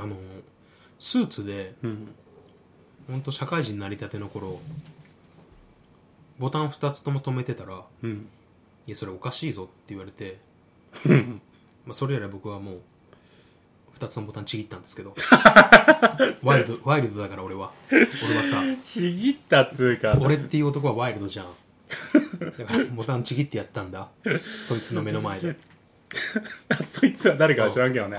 あのスーツでうん本当社会人になりたての頃ボタン2つとも止めてたらうん「いやそれおかしいぞ」って言われて、うんまあ、それ以来僕はもう2つのボタンちぎったんですけ どワイルドワイルドだから俺は俺はさちぎったっつうか俺っていう男はワイルドじゃんだからボタンちぎってやったんだそいつの目の前で そいつは誰かは知らんけどね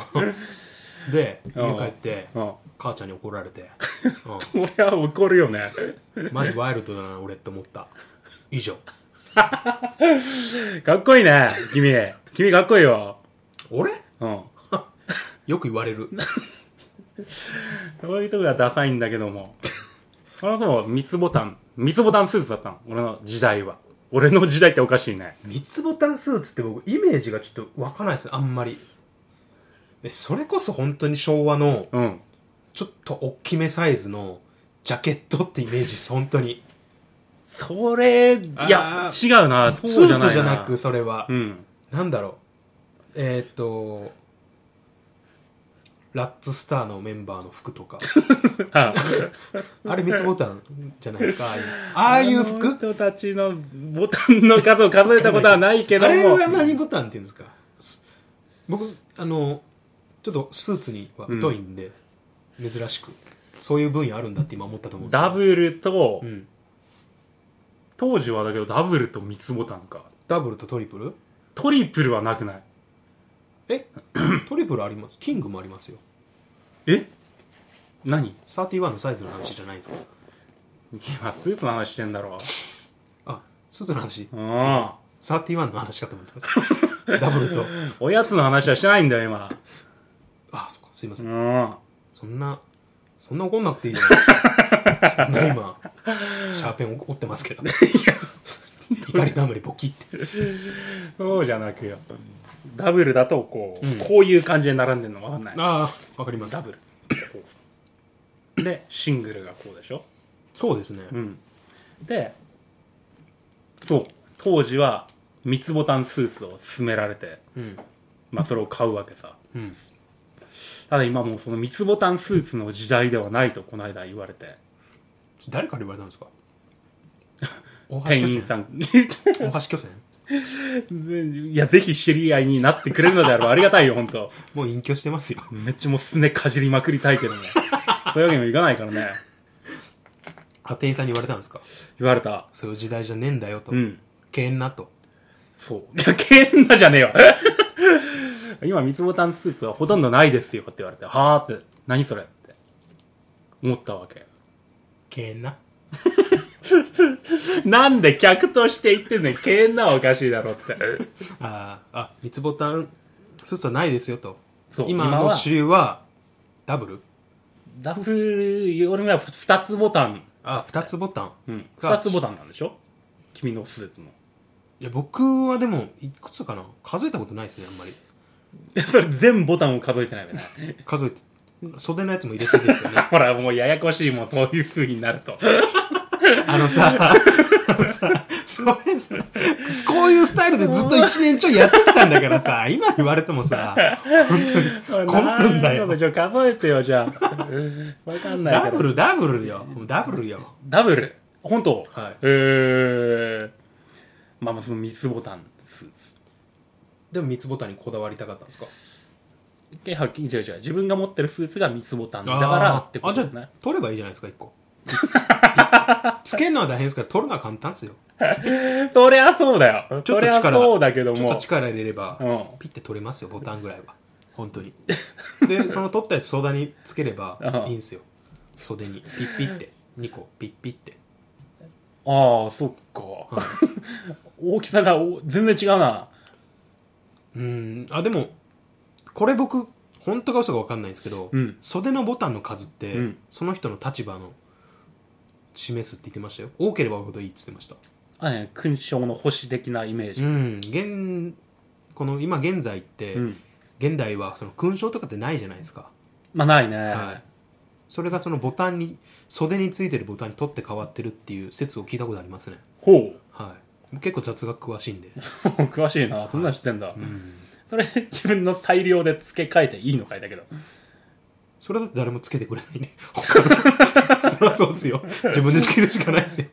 でうん家帰ってうん母ちゃんに怒られて、俺は怒るよねうん、マジワイルドだな俺って思った以上かっこいいね君君かっこいいよ俺うんよく言われるそういうとこがダサいんだけども俺の頃三つボタン三つボタンスーツだったの俺の時代は俺の時代っておかしいね三つボタンスーツって僕イメージがちょっと湧かないですあんまりでそれこそ本当に昭和のうんちょっと大きめサイズのジャケットってイメージです本当にそれいやあ違うなスそうじゃーないなツじゃなくそれはうんなんだろうえーっとラッツスターのメンバーの服とかああれ三つボタンじゃないですかああいう ああいうあの服人たちのボタンの数を数えたことはないけどあれもは何ボタンっていうんですかす僕あのちょっとスーツには疎いんで、珍しくそういう分野あるんだって今思ったと思うんですけどダブルと、うん、当時はだけどダブルと三つボタンかダブルとトリプルトリプルはなくない えトリプルありますキングもありますよえ何31のサイズの話じゃないんですか今スーツの話してんだろあスーツの話うん31の話かと思ってま したダブルとおやつの話はしてないんだよ今あそっかすいませ、うんんそんなそんな怒んなくていいじゃないですかそん な今シャーペン折ってますけど怒りのあまりボキってそうじゃなくよダブルだとこう、うんこういう感じで並んでるのわかんないああわかりますダブルこうでシングルがこうでしょそうですね、うんでそう当時は三つボタンスーツを勧められてうんまあそれを買うわけさうん、ただ今もうその三つボタンスーツの時代ではないとこの間言われて誰から言われたん ですか大橋店員巨さん 船大橋巨船いや、ぜひ知り合いになってくれるのであればありがたいよ、本当もう隠居してますよめっちゃもうすねかじりまくりたいけどね。そういうわけにもいかないからね。あ店員さんに言われたんですか言われた。そういう時代じゃねえんだよとうん。けんなとそう。いや、けんなじゃねえわ。 今、三つボタンスーツはほとんどないですよって言われて、はーって、何それって思ったわけ。けんななんで客として言ってんのに、けんなはおかしいだろって。あーあ三つボタンスーツはないですよとそう今今のは主流はダブルダブル、俺もやっぱ二つボタン。あ二つボタンうん。が二つボタンなんでしょ君の スーツも。いや僕はでもいくつかな数えたことないですねあんまりいやそれ全ボタンを数えてな いよね。数えて袖のやつも入れてですよねほら、もうややこしいもん、そういう風になると。あのさあのさそれさこういうスタイルでずっと1年ちょいやってきたんだからさ今言われてもさ本当に困るんだよなじゃあ数えてよ、じゃあ。 わかんないかダら。ブルダブルよもうダブルよダブル。本当はいえー。まあまあ、その三つボタンスーツ。でも三つボタンにこだわりたかったんですかえ、はっきり、違う違う。自分が持ってるスーツが三つボタンだからってこあじとゃだねあ。取ればいいじゃないですか1個 つけるのは大変ですから取るのは簡単ですよそりゃそうだよ。ちょそっとりゃ力そうだけどちょっもと。力入れれば、うんピッて取れますよボタンぐらいは本当にでその取ったやつ相談につければういんいんですよ袖にピッピッて2個ピッピッて、ああ、そっか。は 大きさがお全然違うな。い、うんあでもこれ僕本当か嘘か分かんないんですけど、うん袖のボタンの数って、うんその人の立場の示すって言ってましたよ多ければ多いほどいいって言ってましたあね、勲章の星的なイメーうジ。ん現この今現在って、うん。現代はその勲章とかってないじゃないですか、まあ、ないね。はい、それがそのボタンに袖についてるボタンに取って変わってるっていう説を聞いたことありますね、ほう。 はい、結構雑学詳しいんで詳しいなそんなん知ってんだ、んそれ自分の裁量で付け替えていいのかいだけどそれだって誰もつけてくれないね。他のそりゃそうっすよ。自分でつけるしかないですよ。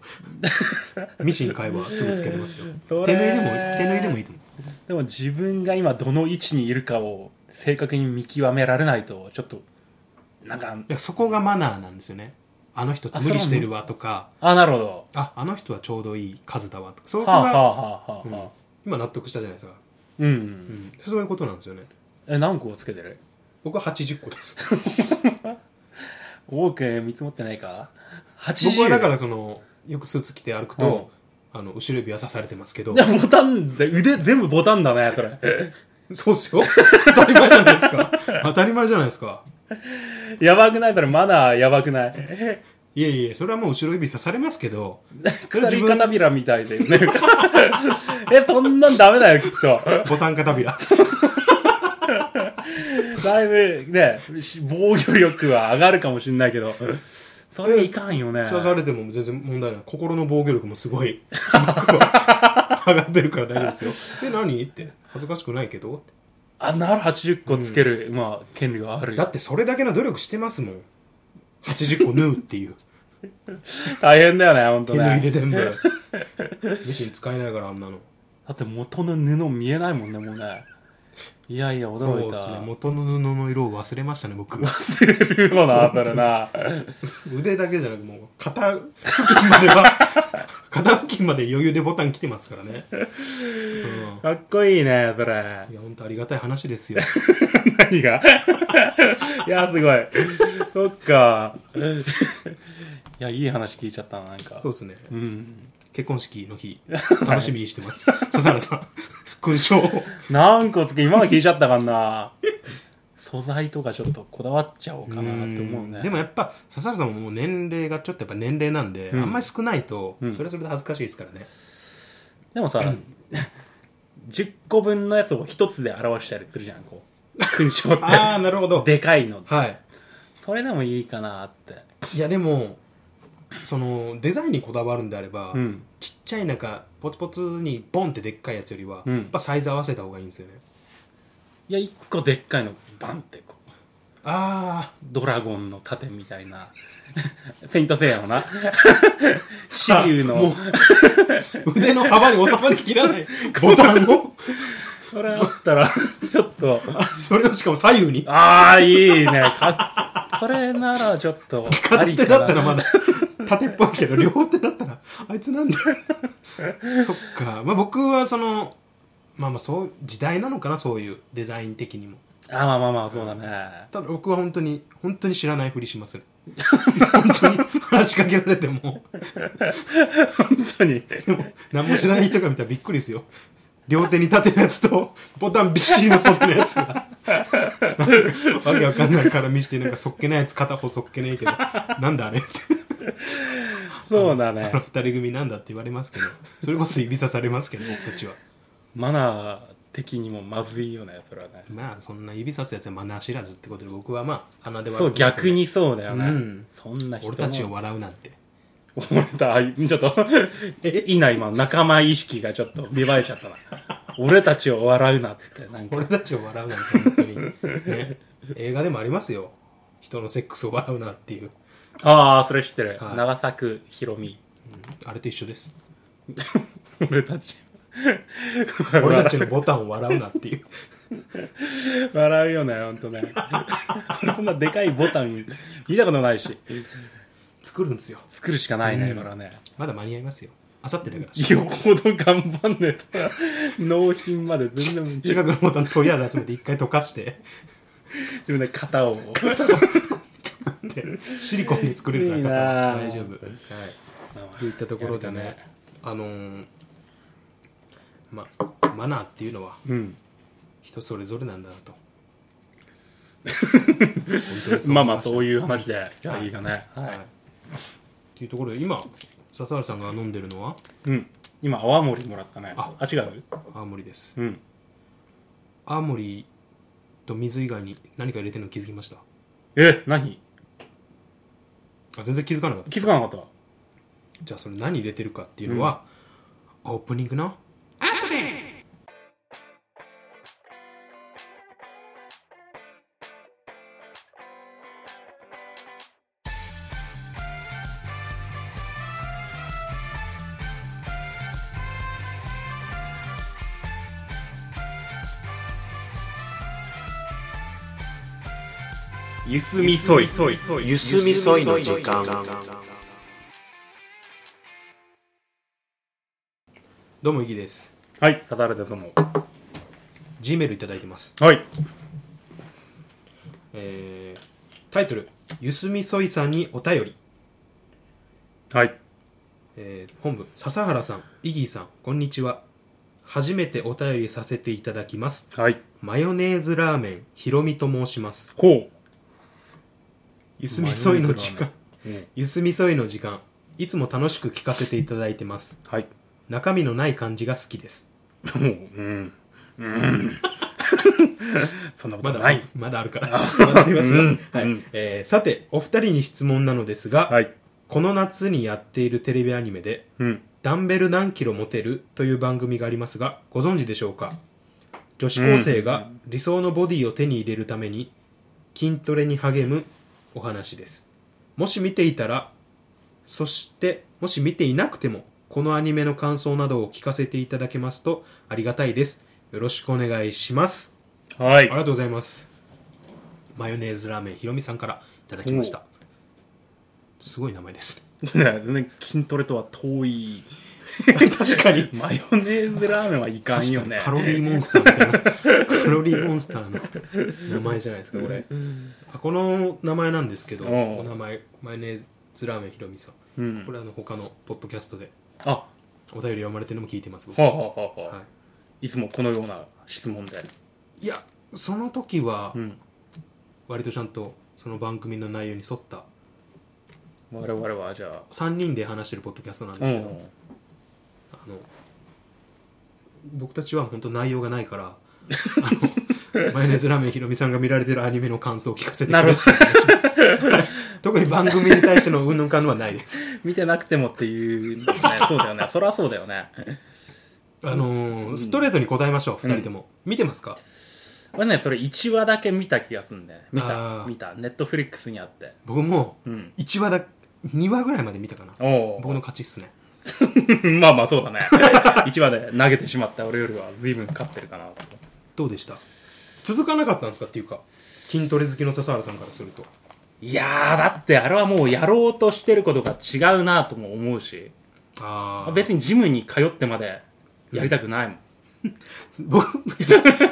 ミシン買えばすぐつけれますよ。手そ縫いれでも、手縫いでもいいと思うんですね。でも自分が今どの位置にいるかを正確に見極められないとちょっとなんかいや、そこがマナーなんですよね。あの人あ無理してるわとか、あなるほどあ、あの人はちょうどいい数だわとか、そこはあはが、あはあはあ、はあ今納得したじゃないですか。うん、うん。そういうことなんですよね。え何個つけてる僕は80個です。多く見積もってないか80僕はだからその、よくスーツ着て歩くうんと、あの、後ろ指は刺されてますけどい、やボタンで腕全部ボタンだねそれそうですよ。当たり前じゃないですか。当たり前じゃないですか。やばくないそれマナーやばくないいえいえ、それはもう後ろ指刺されますけど、それ 鎖自分片びらみたいだよね えそんなんダメだよきっとボタン片びら。 だいぶねし防御力は上がるかもしれないけどそれいかんよね刺されても全然問題ない。心の防御力もすご い、僕は上がってるから大丈夫ですよ。え、何って。恥ずかしくないけどってあなら80個つける、まあ権利はあるだよってそれだけの努力してますもん。80個縫うって いう。大変だよね本当手縫いでね全 部。ミシン使えないから、あんなの。だって元の布見えないもんねもうねいやいやそ驚ういでたすね。元の布の色を忘れましたね、 僕。忘れるよなそれな腕だけじゃなく、もう、肩 付近までは、肩付近まで余裕でボタン来てますから ね。うんかっこいいねそれいや、本当ありがたい話です よ。何がいやすごいそっ かいやいい話聞いちゃったななんかそうですね。うん結婚式の日、楽しみにしてます。笹原さん、 勲章を。何個つけ今の聞いちゃったかな素材とかちょっとこだわっちゃおうかなって思うねでもやっぱ、笹原さんももう年齢がちょっとやっぱ年齢なんで、うんあんまり少ないと、うんそれはそれで恥ずかしいです からね。でもさ、10個分のやつを一つで表したりするじゃん、こう。勲章っああ、なるほどて。。でかいの。はい。それでもいいかなって。いや、でも、その、デザインにこだわるんであれば、うん。ちっちゃいなんか、ポツポツにボンってでっかいやつよりは、うんやっぱサイズ合わせた方がいいんですよね。いや、一個でっかいの、バンってこう。あドラゴンの盾みたいな。 セイントセイヤの な。シリュウもの。あ、 腕の幅に収まりきらないボタンを、それあったら、ちょっと。 それをしかも左右に。ああ、いいね。かっそれならちょっと。あ片り手かだなったらまだ縦っぽいけど両手だったらあいつ なんだそっかまあ僕はそのまあまあそう時代なのかなそういうデザイン的にもあ、まあまあまあ、そうだね。ただ僕は本当に本当に知らないふりしますね本当に話しかけられても本当に。でも何も知らない人が見たらびっくりですよ両手に縦のやつとボタンびっしりの外のやつがなんかわけわかんないから見してなんかそっけないやつ片方そっけねえけどなんだあれってそうだねあ。の二人組なんだって言われますけど、それこそ指さされますけど、僕たちは。マナー的にもまずいよねそれはねまあ、そんな指さすやつはマナー知らずってことで、僕はまあ、鼻でそ笑うってますけど逆。にそうだよね、うんそんな人俺たちを笑うなんて。俺たあちょっとえいいな今仲間意識がちょっと 芽生えちゃったな俺たちを笑うなってなんか俺たちを笑うなんて、本当に。ね。映画でもありますよ。人のセックスを笑うなっていう。ああそれ知ってる、はい長作ひろみあれと一緒です。俺たち俺たちのボタンを笑うなっていう。笑うよねほんとね 俺そんなでかいボタン見たことないし作るんですよ。作るしかないね、うんこれはねまだ間に合いますよ。あさってだから。よほど頑張んねえと納品まで全然近くのボタンとりあえず集めて一回溶かして、自分で型をでシリコンで作れるからいいなあ大丈夫。はい。といったところでね、あのーまあ、マナーっていうのはうん人それぞれなんだな と。まあまあそういういう話でじゃあいいかね、思ました。はい。っていうところで、今、笹原さんが飲んでるのはうん今泡盛もらったねああ違う青森です。うん青森と水以外に何か入れてるの気づきましたえ何あ全然気づかなかった。気づかなかったじゃあそれ何入れてるかっていうのは、オープニングのゆすみそい。ゆすみそいの時間どうもイギですはい、サタラですもう。 G メールいただいてます、はい。えー、タイトル「ゆすみそいさんにお便りはい。」えー本部笹原さんイギーさんこんにちは初めてお便りさせていただきますはい。マヨネーズラーメンひろみと申しますほう。ゆすみそいの時間うん。ゆすみそいの時間いつも楽しく聞かせていただいてますはい。中身のない感じが好きですもう、うん。 うん。そんなこまとだない。まだあるからまだありますがうんはいうんえーさてお二人に質問なのですが、はい。この夏にやっているテレビアニメでうん。ダンベル何キロ持てるという番組がありますがご存知でしょうか女子高生が理想のボディを手に入れるために筋トレに励むお話ですもし見ていたらそしてもし見ていなくてもこのアニメの感想などを聞かせていただけますとありがたいですよろしくお願いしますはあいり。がとうございますマヨネーズラーメンひろみさんからいただきましたすごい名前ですね全然筋トレとは遠い。 確かにマヨネーズラーメンはいかんよね。カロリーモンスターみたいな カロリーモンスターの名前じゃないですかこれあこの名前なんですけどおうお名前マヨネーズラーメンひろみさんうんこ。れあの他のポッドキャストであ、はお便り読まれてるのも聞いてます僕あ、ははあはあはあ、いつもこのような質問で。い、いやその時はうん。割とちゃんとその番組の内容に沿った我々はじゃあ、 3人で話してるポッドキャストなんでうすけど、ん。あの僕たちは本当内容がないからあ のマヨネーズラーメンひろみさんが見られてるアニメの感想を聞かせてくなれるってほど。 特に番組に対してのうんぬん感はないです。見てなくてもっていう、ね、 そうだよね。そりゃそうだよね。あのーストレートに答えましょう、二、人とも。見てますか俺ね、それ1話だけ見た気がすんだよね。見あた、ー見た。ネットフリックスにあって。僕もう、ん。 1話だ、2話ぐらいまで見たかな。お僕お。の勝ちっすね。まあまあそうだ ね。1話で投げてしまった俺よりは随分勝ってるかなと。どうでした続かなかったんですかっていうか、筋トレ好きの笹原さんからすると。いやー、だってあれはもうやろうとしてることが違うなとも思うし、ああ。別にジムに通ってまでやりたくないもん。僕、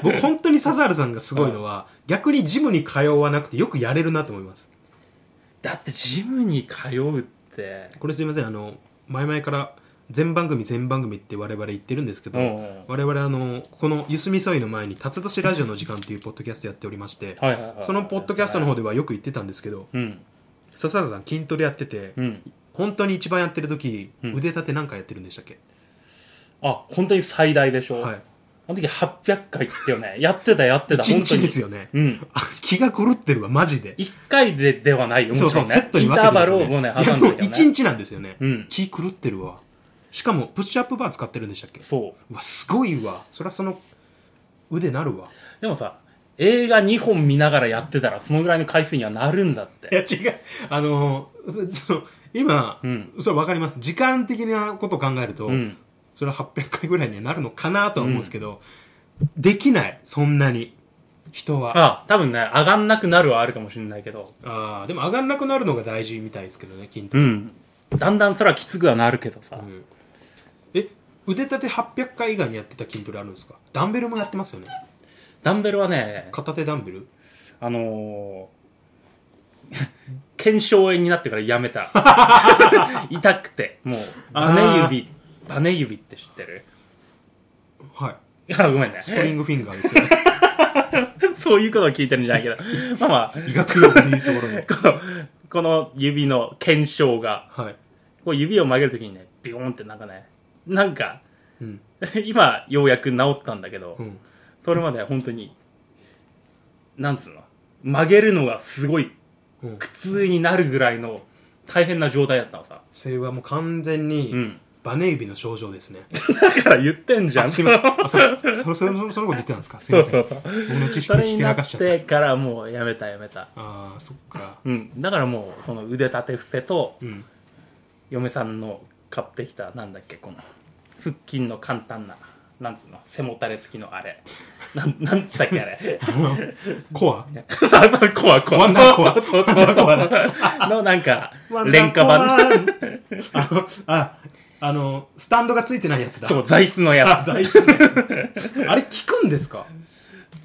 僕本当に笹原さんがすごいのは、逆にジムに通わなくてよくやれるなと思います。だってジムに通うって、これすいません、あの、前々から、全番組全番組って我々言ってるんですけど、うんうん我々あのこの「ゆすみそい」の前に「辰年ラジオの時間」というポッドキャストやっておりまして、はいはいはいそのポッドキャストの方ではよく言ってたんですけどうん。笹原さん筋トレやってて、うん。本当に一番やってる時、うん腕立て何回やってるんでしたっけ、あ、本当に最大でしょ。はいあの時800回っつってよね。やってたやってた。一本当日に。ですよね、うん。あ気が狂ってるわマジで一回でではないよ。そもうちそろうんセッね。トイにン分タけてーバますルよねをもうね、いや挟んでもでるけど一ね。日なんですよね、うん気狂ってるわしかもプッシュアップバー使ってるんでしたっけそう。うわすごいわそりゃその腕なるわでもさ、映画2本見ながらやってたら、そのぐらいの回数にはなるんだっいやて。違うあのーそその今、うんそれ分かります時間的なことを考えると、うん。それは800回ぐらいにはなるのかなとは思うんですけど、できないそんなに人はああ、多分ね、上がんなくなるはあるかもしれないけど。あーでも上がんなくなるのが大事みたいですけどね筋トうレ、ん。だんだんそれはきつくはなるけどさ。うんえ腕立て800回以外にやってた筋トレあるんですかダンベルもやってますよねダンベルはね、片手ダンベルあのー、 腱鞘炎になってからやめた。痛くて。もう、バネ指、バネ指って知ってるはいいや、ごめんね。スプリングフィンガーですよね そういうことを聞いてるんじゃないけど。まあまあ、医学用っていうところのこの、この指の腱鞘が、はい、こう指を曲げるときにね、ビヨーンってなんかね、なんか、 うん今、ようやく治ったんだけど、うん、それまでは本当に、なんつうの、曲げるのがすごいうん苦痛になるぐらいの大変な状態だったのさ。それはもう完全に、うん。バネ指の症状ですね。だから言ってんじゃん。すいません。あそうそそそのそのこと言ってたんですかすいません。そうそう僕の知識そをれ聞にきな流っしちゃってからもうやめたやめた。た。ああ、そっか。うん。だからもう、その腕立て伏せと、うん。嫁さんの買ってきた、なんだっけ、この、腹筋の簡単な、なんつうの背もたれ付きのあれなんなんつったっけあれあの、コア コアコアワンダーコアそうそうそうワンダーコアのなんかワンダーコア 廉価版 あの、あ、あの、スタンドがついてないやつだ。そう座椅子のや あつ大事なやつあれ効くんですか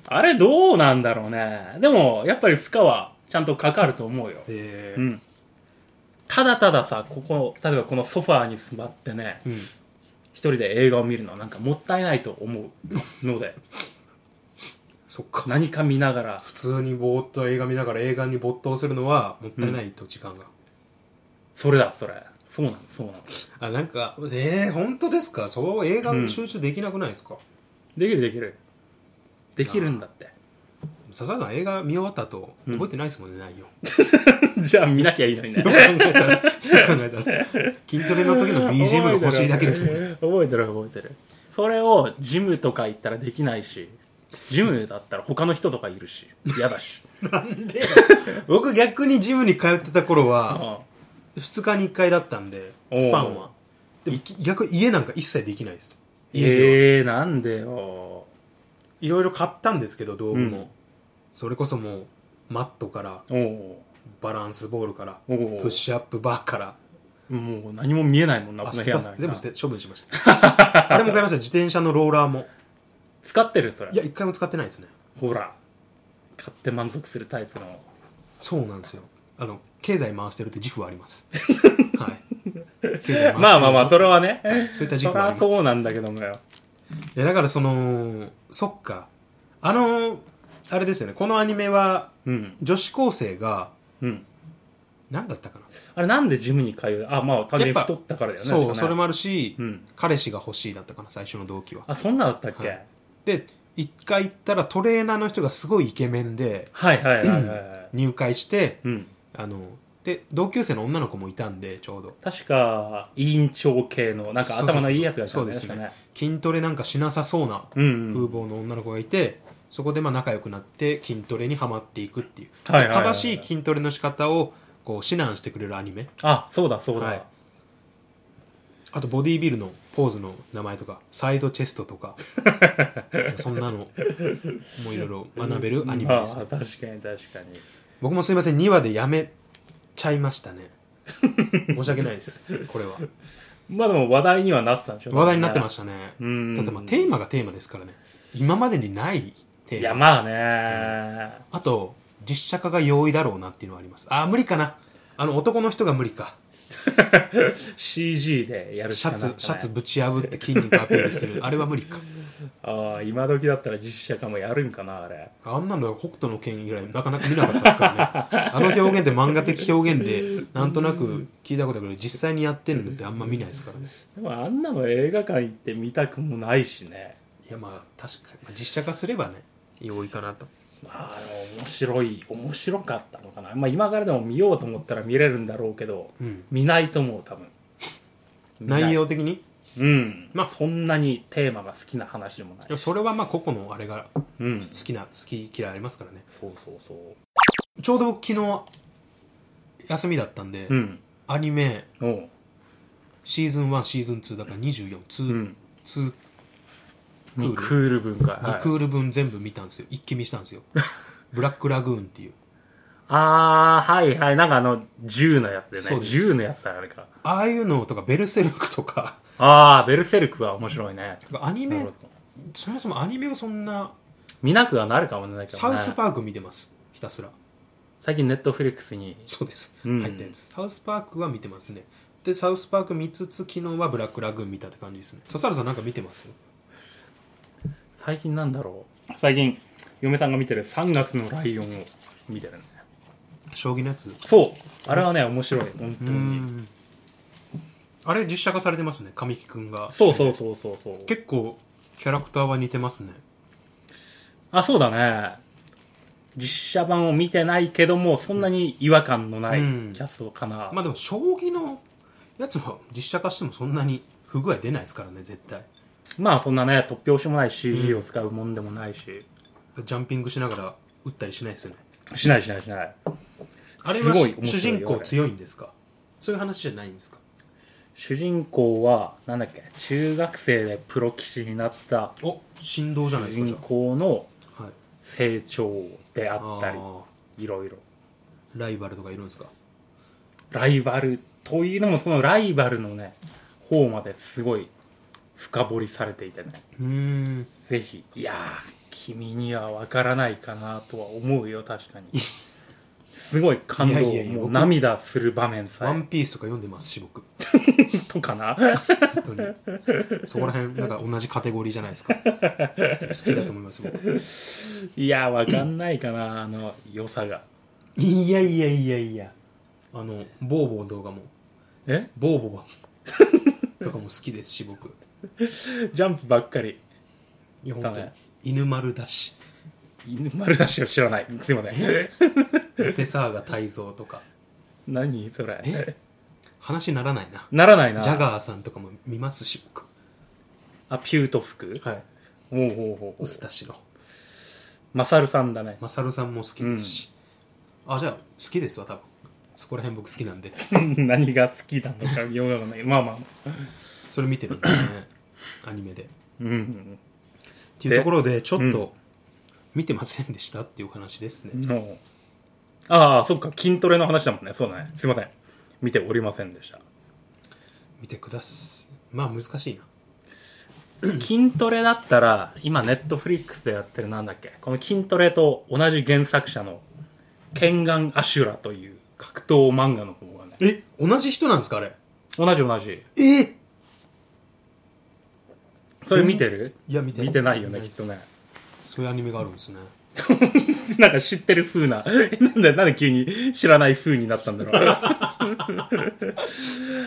あれどうなんだろうねでもやっぱり負荷はちゃんとかかると思うよえうーんただたださここ例えばこのソファーに座ってねうん。一人で映画を見るのはなんかもったいないと思うの でそっか。何か見ながら普通にぼーっと映画見ながら映画に没頭するのはもったいないと時間が、それだそれそうなのそうなのあなんかえー、本当ですかそう映画に集中できなくないですか、できるできるできるんだって笹川さん映画見終わった後うん覚えてないですもんね、内容 よ じゃあ 見なきゃいいのにねく考えたらよく考えたら筋トレの時の BGM が欲しいだけですもんね覚えてる覚えてるそれをジムとか行ったらできないしジムだったら他の人とかいるし嫌だし、僕逆にジムに通ってた頃うはん、 2日に1回だったんでおうスパンはでも逆に家なんか一切できないです家では、ええー、なんでよいろいろ買ったんですけど道具も、うんそれこそもうマットからおうバランスボールからおうプッシュアップバーからもう何も見えないもんなあこ捨のて部屋たの中全部捨て処分しましたあれも買いました自転車のローラーも使ってるそいやれ一回も使ってないですねほら買って満足するタイプのそうなんですよあの経済回してるって自負はあります はい経済回してるまあまあまあそれはねはいそういった自そ負りはあゃりそうまなんだけどもよすいやだからそのそっかあのあれですよねこのアニメはうん女子高生がうん何だったかな、あれなんでジムに通うあまあ単純にやっぱ太ったからだよね確そかうねそれもあるし、うん彼氏が欲しいだったかな最初の動機はあそんなだったっけ、はいで一回行ったらトレーナーの人がすごいイケメンではい、はいはいはいはい入会してうんあので同級生の女の子もいたんでちょうど確か委員長系のなんか頭のいいやつがいたんだよねそうそうそうそうですね確かね筋トレなんかしなさそうなうん風うん貌の女の子がいて、そこでまあ仲良くなって筋トレにはまっていくっていう、はいはいはいはい正しい筋トレの仕方をこう指南してくれるアニメあそうだそうだ、はいあとボディービルのポーズの名前とかサイドチェストと かそんなのもいろいろ学べるアニメああです、確かに確かに僕もすいません2話でやめちゃいましたね申し訳ないですこ れはまあでも話題にはなってたんでしょ話題になってまししたねうんただまあテーマがテーマですからね今までにないテーマいやまあね、あと実写化が容易だろうなっていうのはありますあー無理かなあの男の人が無理か CG でやるしシかャないツかねシャツぶち破って筋肉アピールするあれは無理かああ今時だったら実写化もやるんかなあれあんなの北斗の拳以来なかなか見なかったですからねあの表現って漫画的表現でなんとなく聞いたことあるけど実際にやってるのってあんま見ないですからねでもあんなの映画館行って見たくもないしねいやまあ確かにまあ実写化すればね容易かなとまああの面白い面白かったのかなまあ今からでも見ようと思ったら見れるんだろうけどうん見ないと思う多分見ない内容的にうんままああそんなにテーマが好きな話でもないいやそれはまあ個々のあれが好うんきな好き嫌いありますからねそうそうそうちょうど僕昨日休みだったんで、うんアニメおうシーズン1シーズン2だから24ツーうんツークールクール文化、 2クール分全部見たんですよ一気見したんですよブラックラグーンっていうああはいはいなんかあの銃のやつでそねうです銃のやつだあれかああいうのとかベルセルクとかああベルセルクは面白いねアニなメるほどそもそもアニメをそんな見なくはなるかもねサウスパーク見てますひたすら最近ネットフリックスにそうです、うん入ったやつサウスパークは見てますねでサウスパーク見つつ昨日はブラックラグーン見たって感じですね笹原さんなんか見てます最近なんだろう最近嫁さんが見てる3月のライオンを見てるね将棋のやつそうあれはね面白い本当うにんあれ実写化されてますね神木君がそうそうそうそうそう結構キャラクターは似てますねあそうだね実写版を見てないけどもそんなに違和感のないキうんャストかな、まあでも将棋のやつは実写化してもそんなに不具合出ないですからね絶対まあそんなね突拍子もない CG を使うもんでもないし、ジャンピングしながら打ったりしないですよねしないしないしないあれすはごい面白い主人よあ公れ強いんですかそういう話じゃないんですか主人公は、なんだっけ、中学生でプロ棋士になったお振動じゃない主ですかじ人ゃ公のあはい成長でああったり、ーいろいろ。ライバルとかいるんですかライバルというのも、そのライバルのね、方まですごい深掘りされていてね。うーんぜひ、いやー、君にはわからないかなとは思うよ、確か に。すごい感動、いやいやいやもう僕涙する場面さワンえ、ピースとか読んでますし僕とかな。本当に そそこら辺なんか同じカテゴリーじゃないです か好きだと思います僕 いやー、わかんないかな、あの、良さが。いやいやいやいやあのボーボー動画もえボーボ ーとかも好きですし僕ジャンプばっかり。いや本当だにね犬丸だし犬丸出しを知らない。すいません。手沢が泰造とか何それ。話ならないなならないな。ジャガーさんとかも見ますし僕あ、ピュート服はいおうおうおうおう臼田氏のマサルさん だね。マサルさんも好きですし、あじゃあ好きですわ多分そこら辺僕好きなんで何が好きなのか、ようがないけど。まあまあ。それ見てるんですねアニメでっうんうんていうところでちょっうんと見てませんでしたっていうお話ですね、うん。のああ、そっか。筋トレの話だもんね。そうだね。すいません。見ておりませんでした。見てくださいまあ難しいな 筋トレだったら、今ネットフリックスでやってるなんだっけ。この筋トレと同じ原作者の、剣眼アシュラという格闘漫画の方がね。え同じ人なんですかあれ同じ同じ。えいそれ見てるや見て見てないよね、できっすとね。そういうアニメがあるんですね なんか知ってる風な。 えなんで、なんで急に知らない風になったんだろう。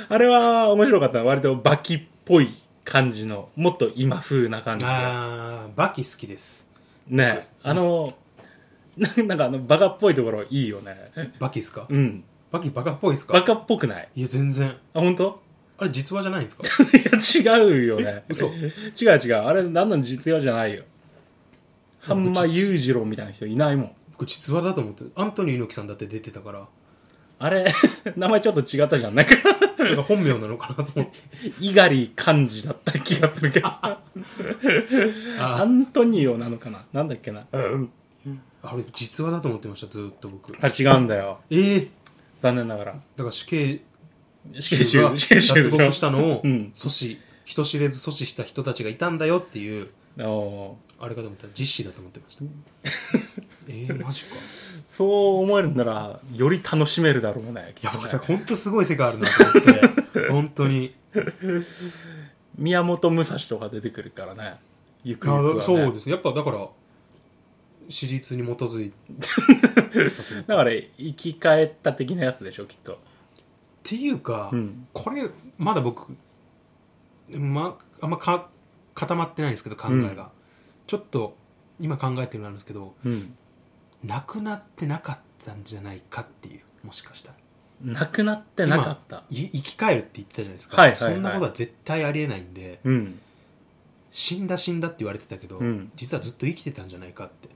あれは面白かった。割とバキっぽい感じの、もっと今風な感じで。あーバキ好きですねあの、 ななんかあの、バカっぽいところいいよね。バキっすかうん。バキバカっぽいっすバかカっぽくないいや全然あ、本当？あれ実話じゃないんです かいや、違うよね。嘘違う違う。あれ、なんなん実話じゃないよ。ハンマ裕次郎みたいな人いないもん。僕実話だと思ってアントニー猪木さんだって出てたからあれ、 名前ちょっと違ったじゃん。な んか、なんか本名なのかなと思って猪狩漢字だった気がする けど。あアントニオなのかななんだっけな、あれ実話だと思ってましたずーっと僕あ、違うんだよ。ええ残念ながら。だから死刑死刑囚が囚、死刑囚脱獄したのをうん阻止人知れず阻止した人たちがいたんだよっていうおあれかと思ったら実施だと思ってま したええマジかーそう思えるなら、より楽しめるだろうね。いやきっとこねれ本当すごい世界あるなと思って本当 に宮本武蔵とか出てくるからね。ゆくゆくは、ね。そうですねやっぱだから史実に基づいてっだから、生き返った的なやつでしょ、きっと。ていうか、うん。これまだ僕、まあんまか固まってないんですけど考えが、うんちょっと今考えてるのあるんですけどうん。なくなってなかったんじゃないかっていうもしかしたらなくなってなかった。い生き返るって言ってたじゃないですか、はいはいはいそんなことは絶対ありえないんでうん。死んだ死んだって言われてたけど、うん実はずっと生きてたんじゃないかって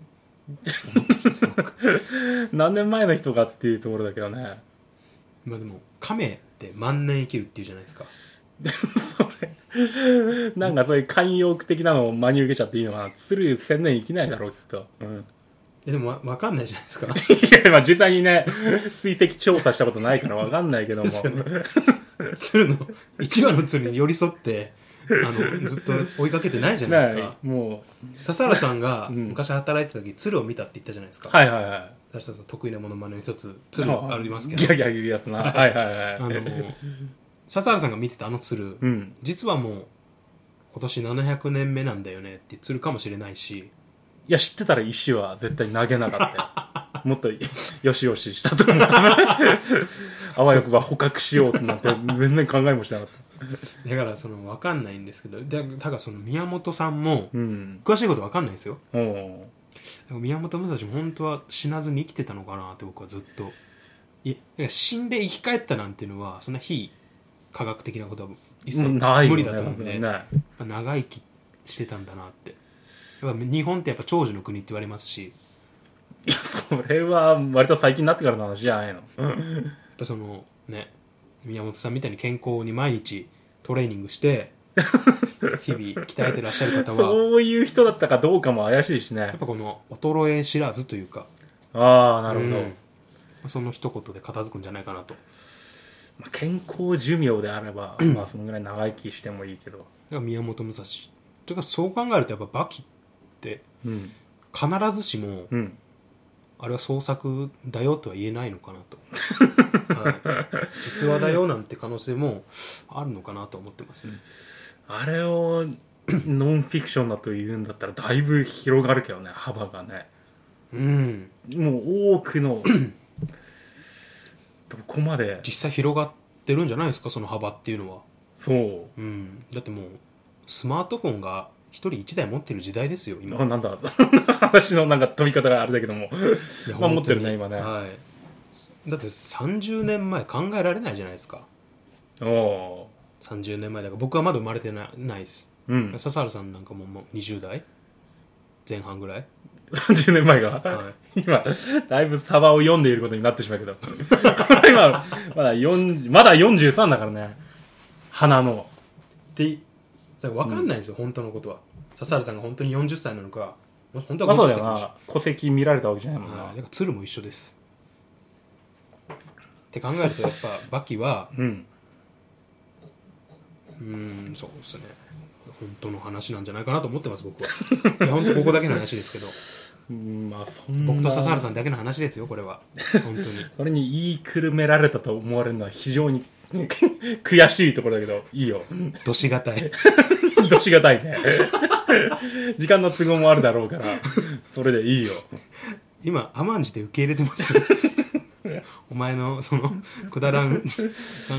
何年前の人かっていうところだけどね。 まあでも亀って万年生きるっていうじゃないですかなんかそういう慣用句的なのを真に受けちゃっていいのかな。鶴千年生きないだろう、きっと。うん。えでもわわかんないじゃない ですかいや、まあ実際にね、 追跡調査したことないからわかんないけど も。ですよね鶴の一羽の鶴に寄り添ってあのずっと追いかけてないじゃないですかないも笹原さんがうん昔働いてた時鶴を見たって言ったじゃないですか、う、はいはいはい。笹原さん得意なものまねの一つ鶴ありますけどギャギャ言うやつな。はいはいあはい。の笹原さんが見てたあの鶴、うん。実はもう今年700年目なんだよねっていう鶴かもしれないしいや、知ってたら石は絶対投げなかったよ。もっとよしよししたと思う。あわよくば捕獲しようってなって、全然考えもしなかった。だからその分かんないんですけどだだからその宮本さんもうん。詳しいこと分かんないですようん。だから宮本武蔵も本当は死なずに生きてたのかなって僕はずっといやだから死んで生き返ったなんていうのはそんな非科学的なことは一切ないよ無理だと思うんで、ね。ないやっぱ長生きしてたんだなってやっぱ日本ってやっぱ長寿の国って言われますしいや、それは割と最近になってからの話じゃないの。やっぱそのね宮本さんみたいに健康に毎日トレーニングして 日々鍛えてらっしゃる方はそういう人だったかどうかも怪しいしやねっ。ぱこの衰え知らずというかああ、なるほど。うんその一言で片付くんじゃないかなとだかまあ、健康寿命であれば、まあ、そのぐらい長生きしてもいいけど。ら宮本武蔵というかそう考えるとやっぱバキってうん。必ずしもうん。あれは創作だよとは言えないのかな と、はい、実話だよなんて可能性もあるのかなと思ってます、あれを ノンフィクションだと言うんだったら、だいぶ広がるけどね、幅がね。うん、もう多く の、どこまで、実際広がってるんじゃないですかその幅っていうのは、そう。うん、だってもうスマートフォンが一人一台持ってる時代ですよ今あなんだ 話のなんか飛び方があれだけどもいやまあ持本っ当てにるね今ねはい、だって30年前考えられないじゃないですかおお30年前だから僕はまだ生まれてないないですーうん笹原さんなんかももう20代前半ぐらい、 30年前が、は今だいぶサバを読んでいることになってしまうけど これ今まだ40まだ43だからね花のい、で分かんないんですよ、本当のことは笹原さんが本当に40歳なのかもし本当まはあ50そう歳だよなのかな戸籍見られたわけじゃないもんな、はい、だから鶴も一緒ですって考えるとやっぱバキはうんうーんそうですね本当の話なんじゃないかなと思ってます僕は いや本当ここだけの話ですけどうんまあそんな僕と笹原さんだけの話ですよこれは本当にそれに言いくるめられたと思われるのは非常に 悔しいところだけどいいよ どしがたいどしがたいね。 時間の都合もあるだろうから、それでいいよ。今甘んじて受け入れてます お前のそのくだらん考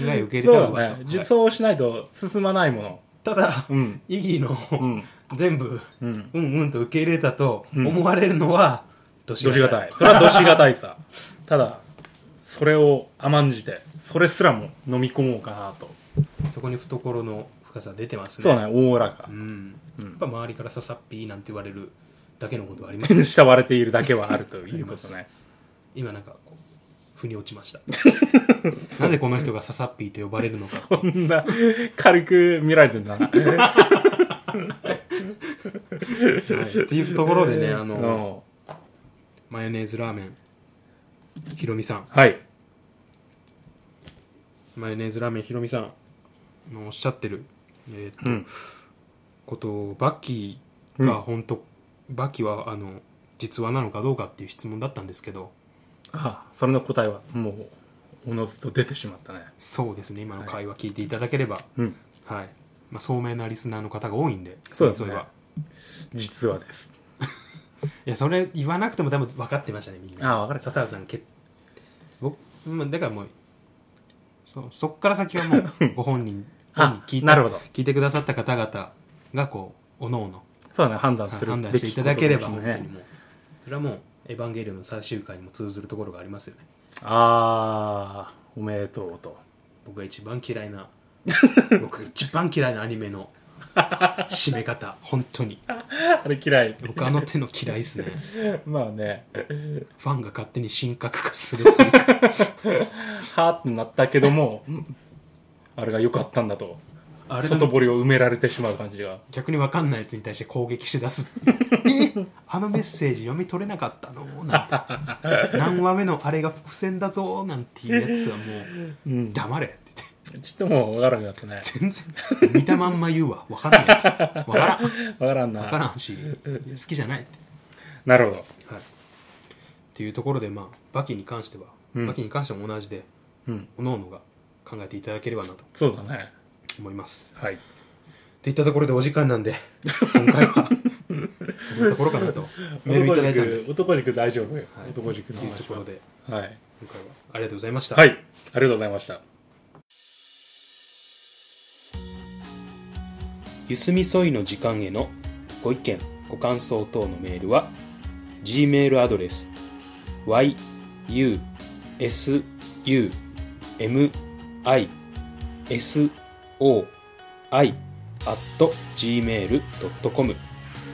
え受け入れたそうのがだとね。実はい装しないと進まないもの。ただ、うん。意義の、うん。全部うん。うんうんと受け入れたと思われるのは、どしどしがたたいい。それはどしがたいさ。ただ、それを甘んじて、それすらも飲み込もうかなと。そこに懐の深さ出てますねそうだね、おおらかう。んうんやっぱ周りからささっぴーなんて言われるだけのことはあります慕われているだけはあるということ ね。今なんかこう腑に落ちま した なぜこの人がささっぴーと呼ばれるの かこんな、軽く見られてんだな。はいっていうところでね、あの、の、マヨネーズラーメン、ひろみさん、はい。マヨネーズラーメンひろみさんのおっしゃってる、えーっと、うん。ことを、バッキーが本当、バッキーは、あの、実話なのかどうかっていう質問だったんですけど、ああ、それの答えは、もう、おのずと出てしまったね。そうですね、今の会話聞いていただければ、はい。うん。まあ、聡明なリスナーの方が多いんで、そうですねれは。実はです。いや、それ言わなくても多分分かってましたね、みんな。ああ、分かる。笹原さんけ僕うんだからもうそうそっから先はもう ご本人本あ人聞いてなるほど聞いてくださった方々がこうおのおのそうだね、判断する判断べしていきたことだければです本ね当にもうそれはもう「エヴァンゲリオン」の最終回にも通ずるところがありますよねあー、おめでとうと。僕が一番嫌いな僕が一番嫌いなアニメの締め方本当に あれ嫌い。 僕あの手の嫌いっすねまあね、ファンが勝手に神格化するという かはーってなったけども、うんあれが良かったんだと。あれだ外堀を埋められてしまう感じが。逆に分かんないやつに対して攻撃しだすえあのメッセージ読み取れなかったのなんて何話目のあれが伏線だぞなんていうやつはもううん。ちょ黙れって言ってっともう分からんくなったね。全然見たまんま言うわ分からないって分から ん分からん分かな。らんし好きじゃないって、なるほど。はい、っていうところでまあバキに関しては、うんバキに関しても同じでうん。おのおのが考えていただければなとそうだね。思いますはい。っていったところでお時間なんで今回はそんなところかなとメールいただいたんで男塾、男塾大丈夫よ。はい男塾のというと話ころは。ではい。今回はありがとうございました、はい。ありがとうございました。ゆすみそいの時間へのご意見ご感想等のメールは G メールアドレス y u s u m i s o i gmail.com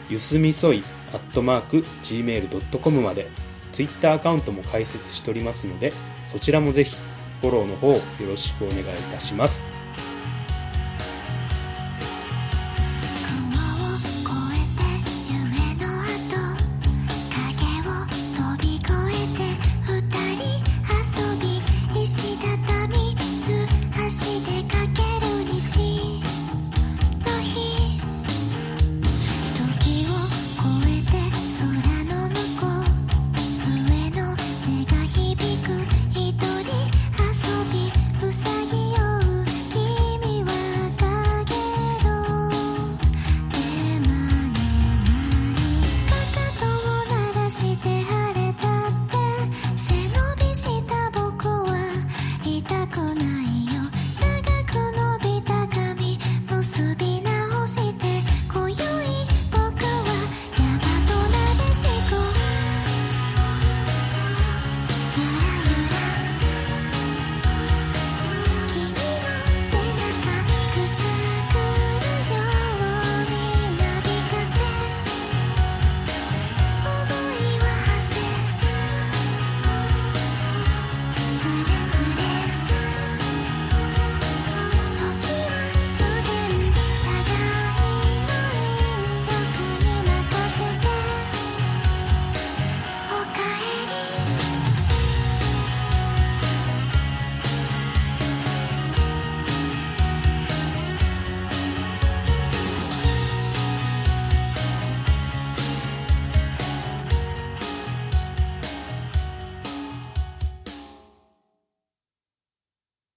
ゆすみそい gmail.com までツイッターアカウントも開設しておりますのでそちらもぜひフォローの方よろしくお願いいたします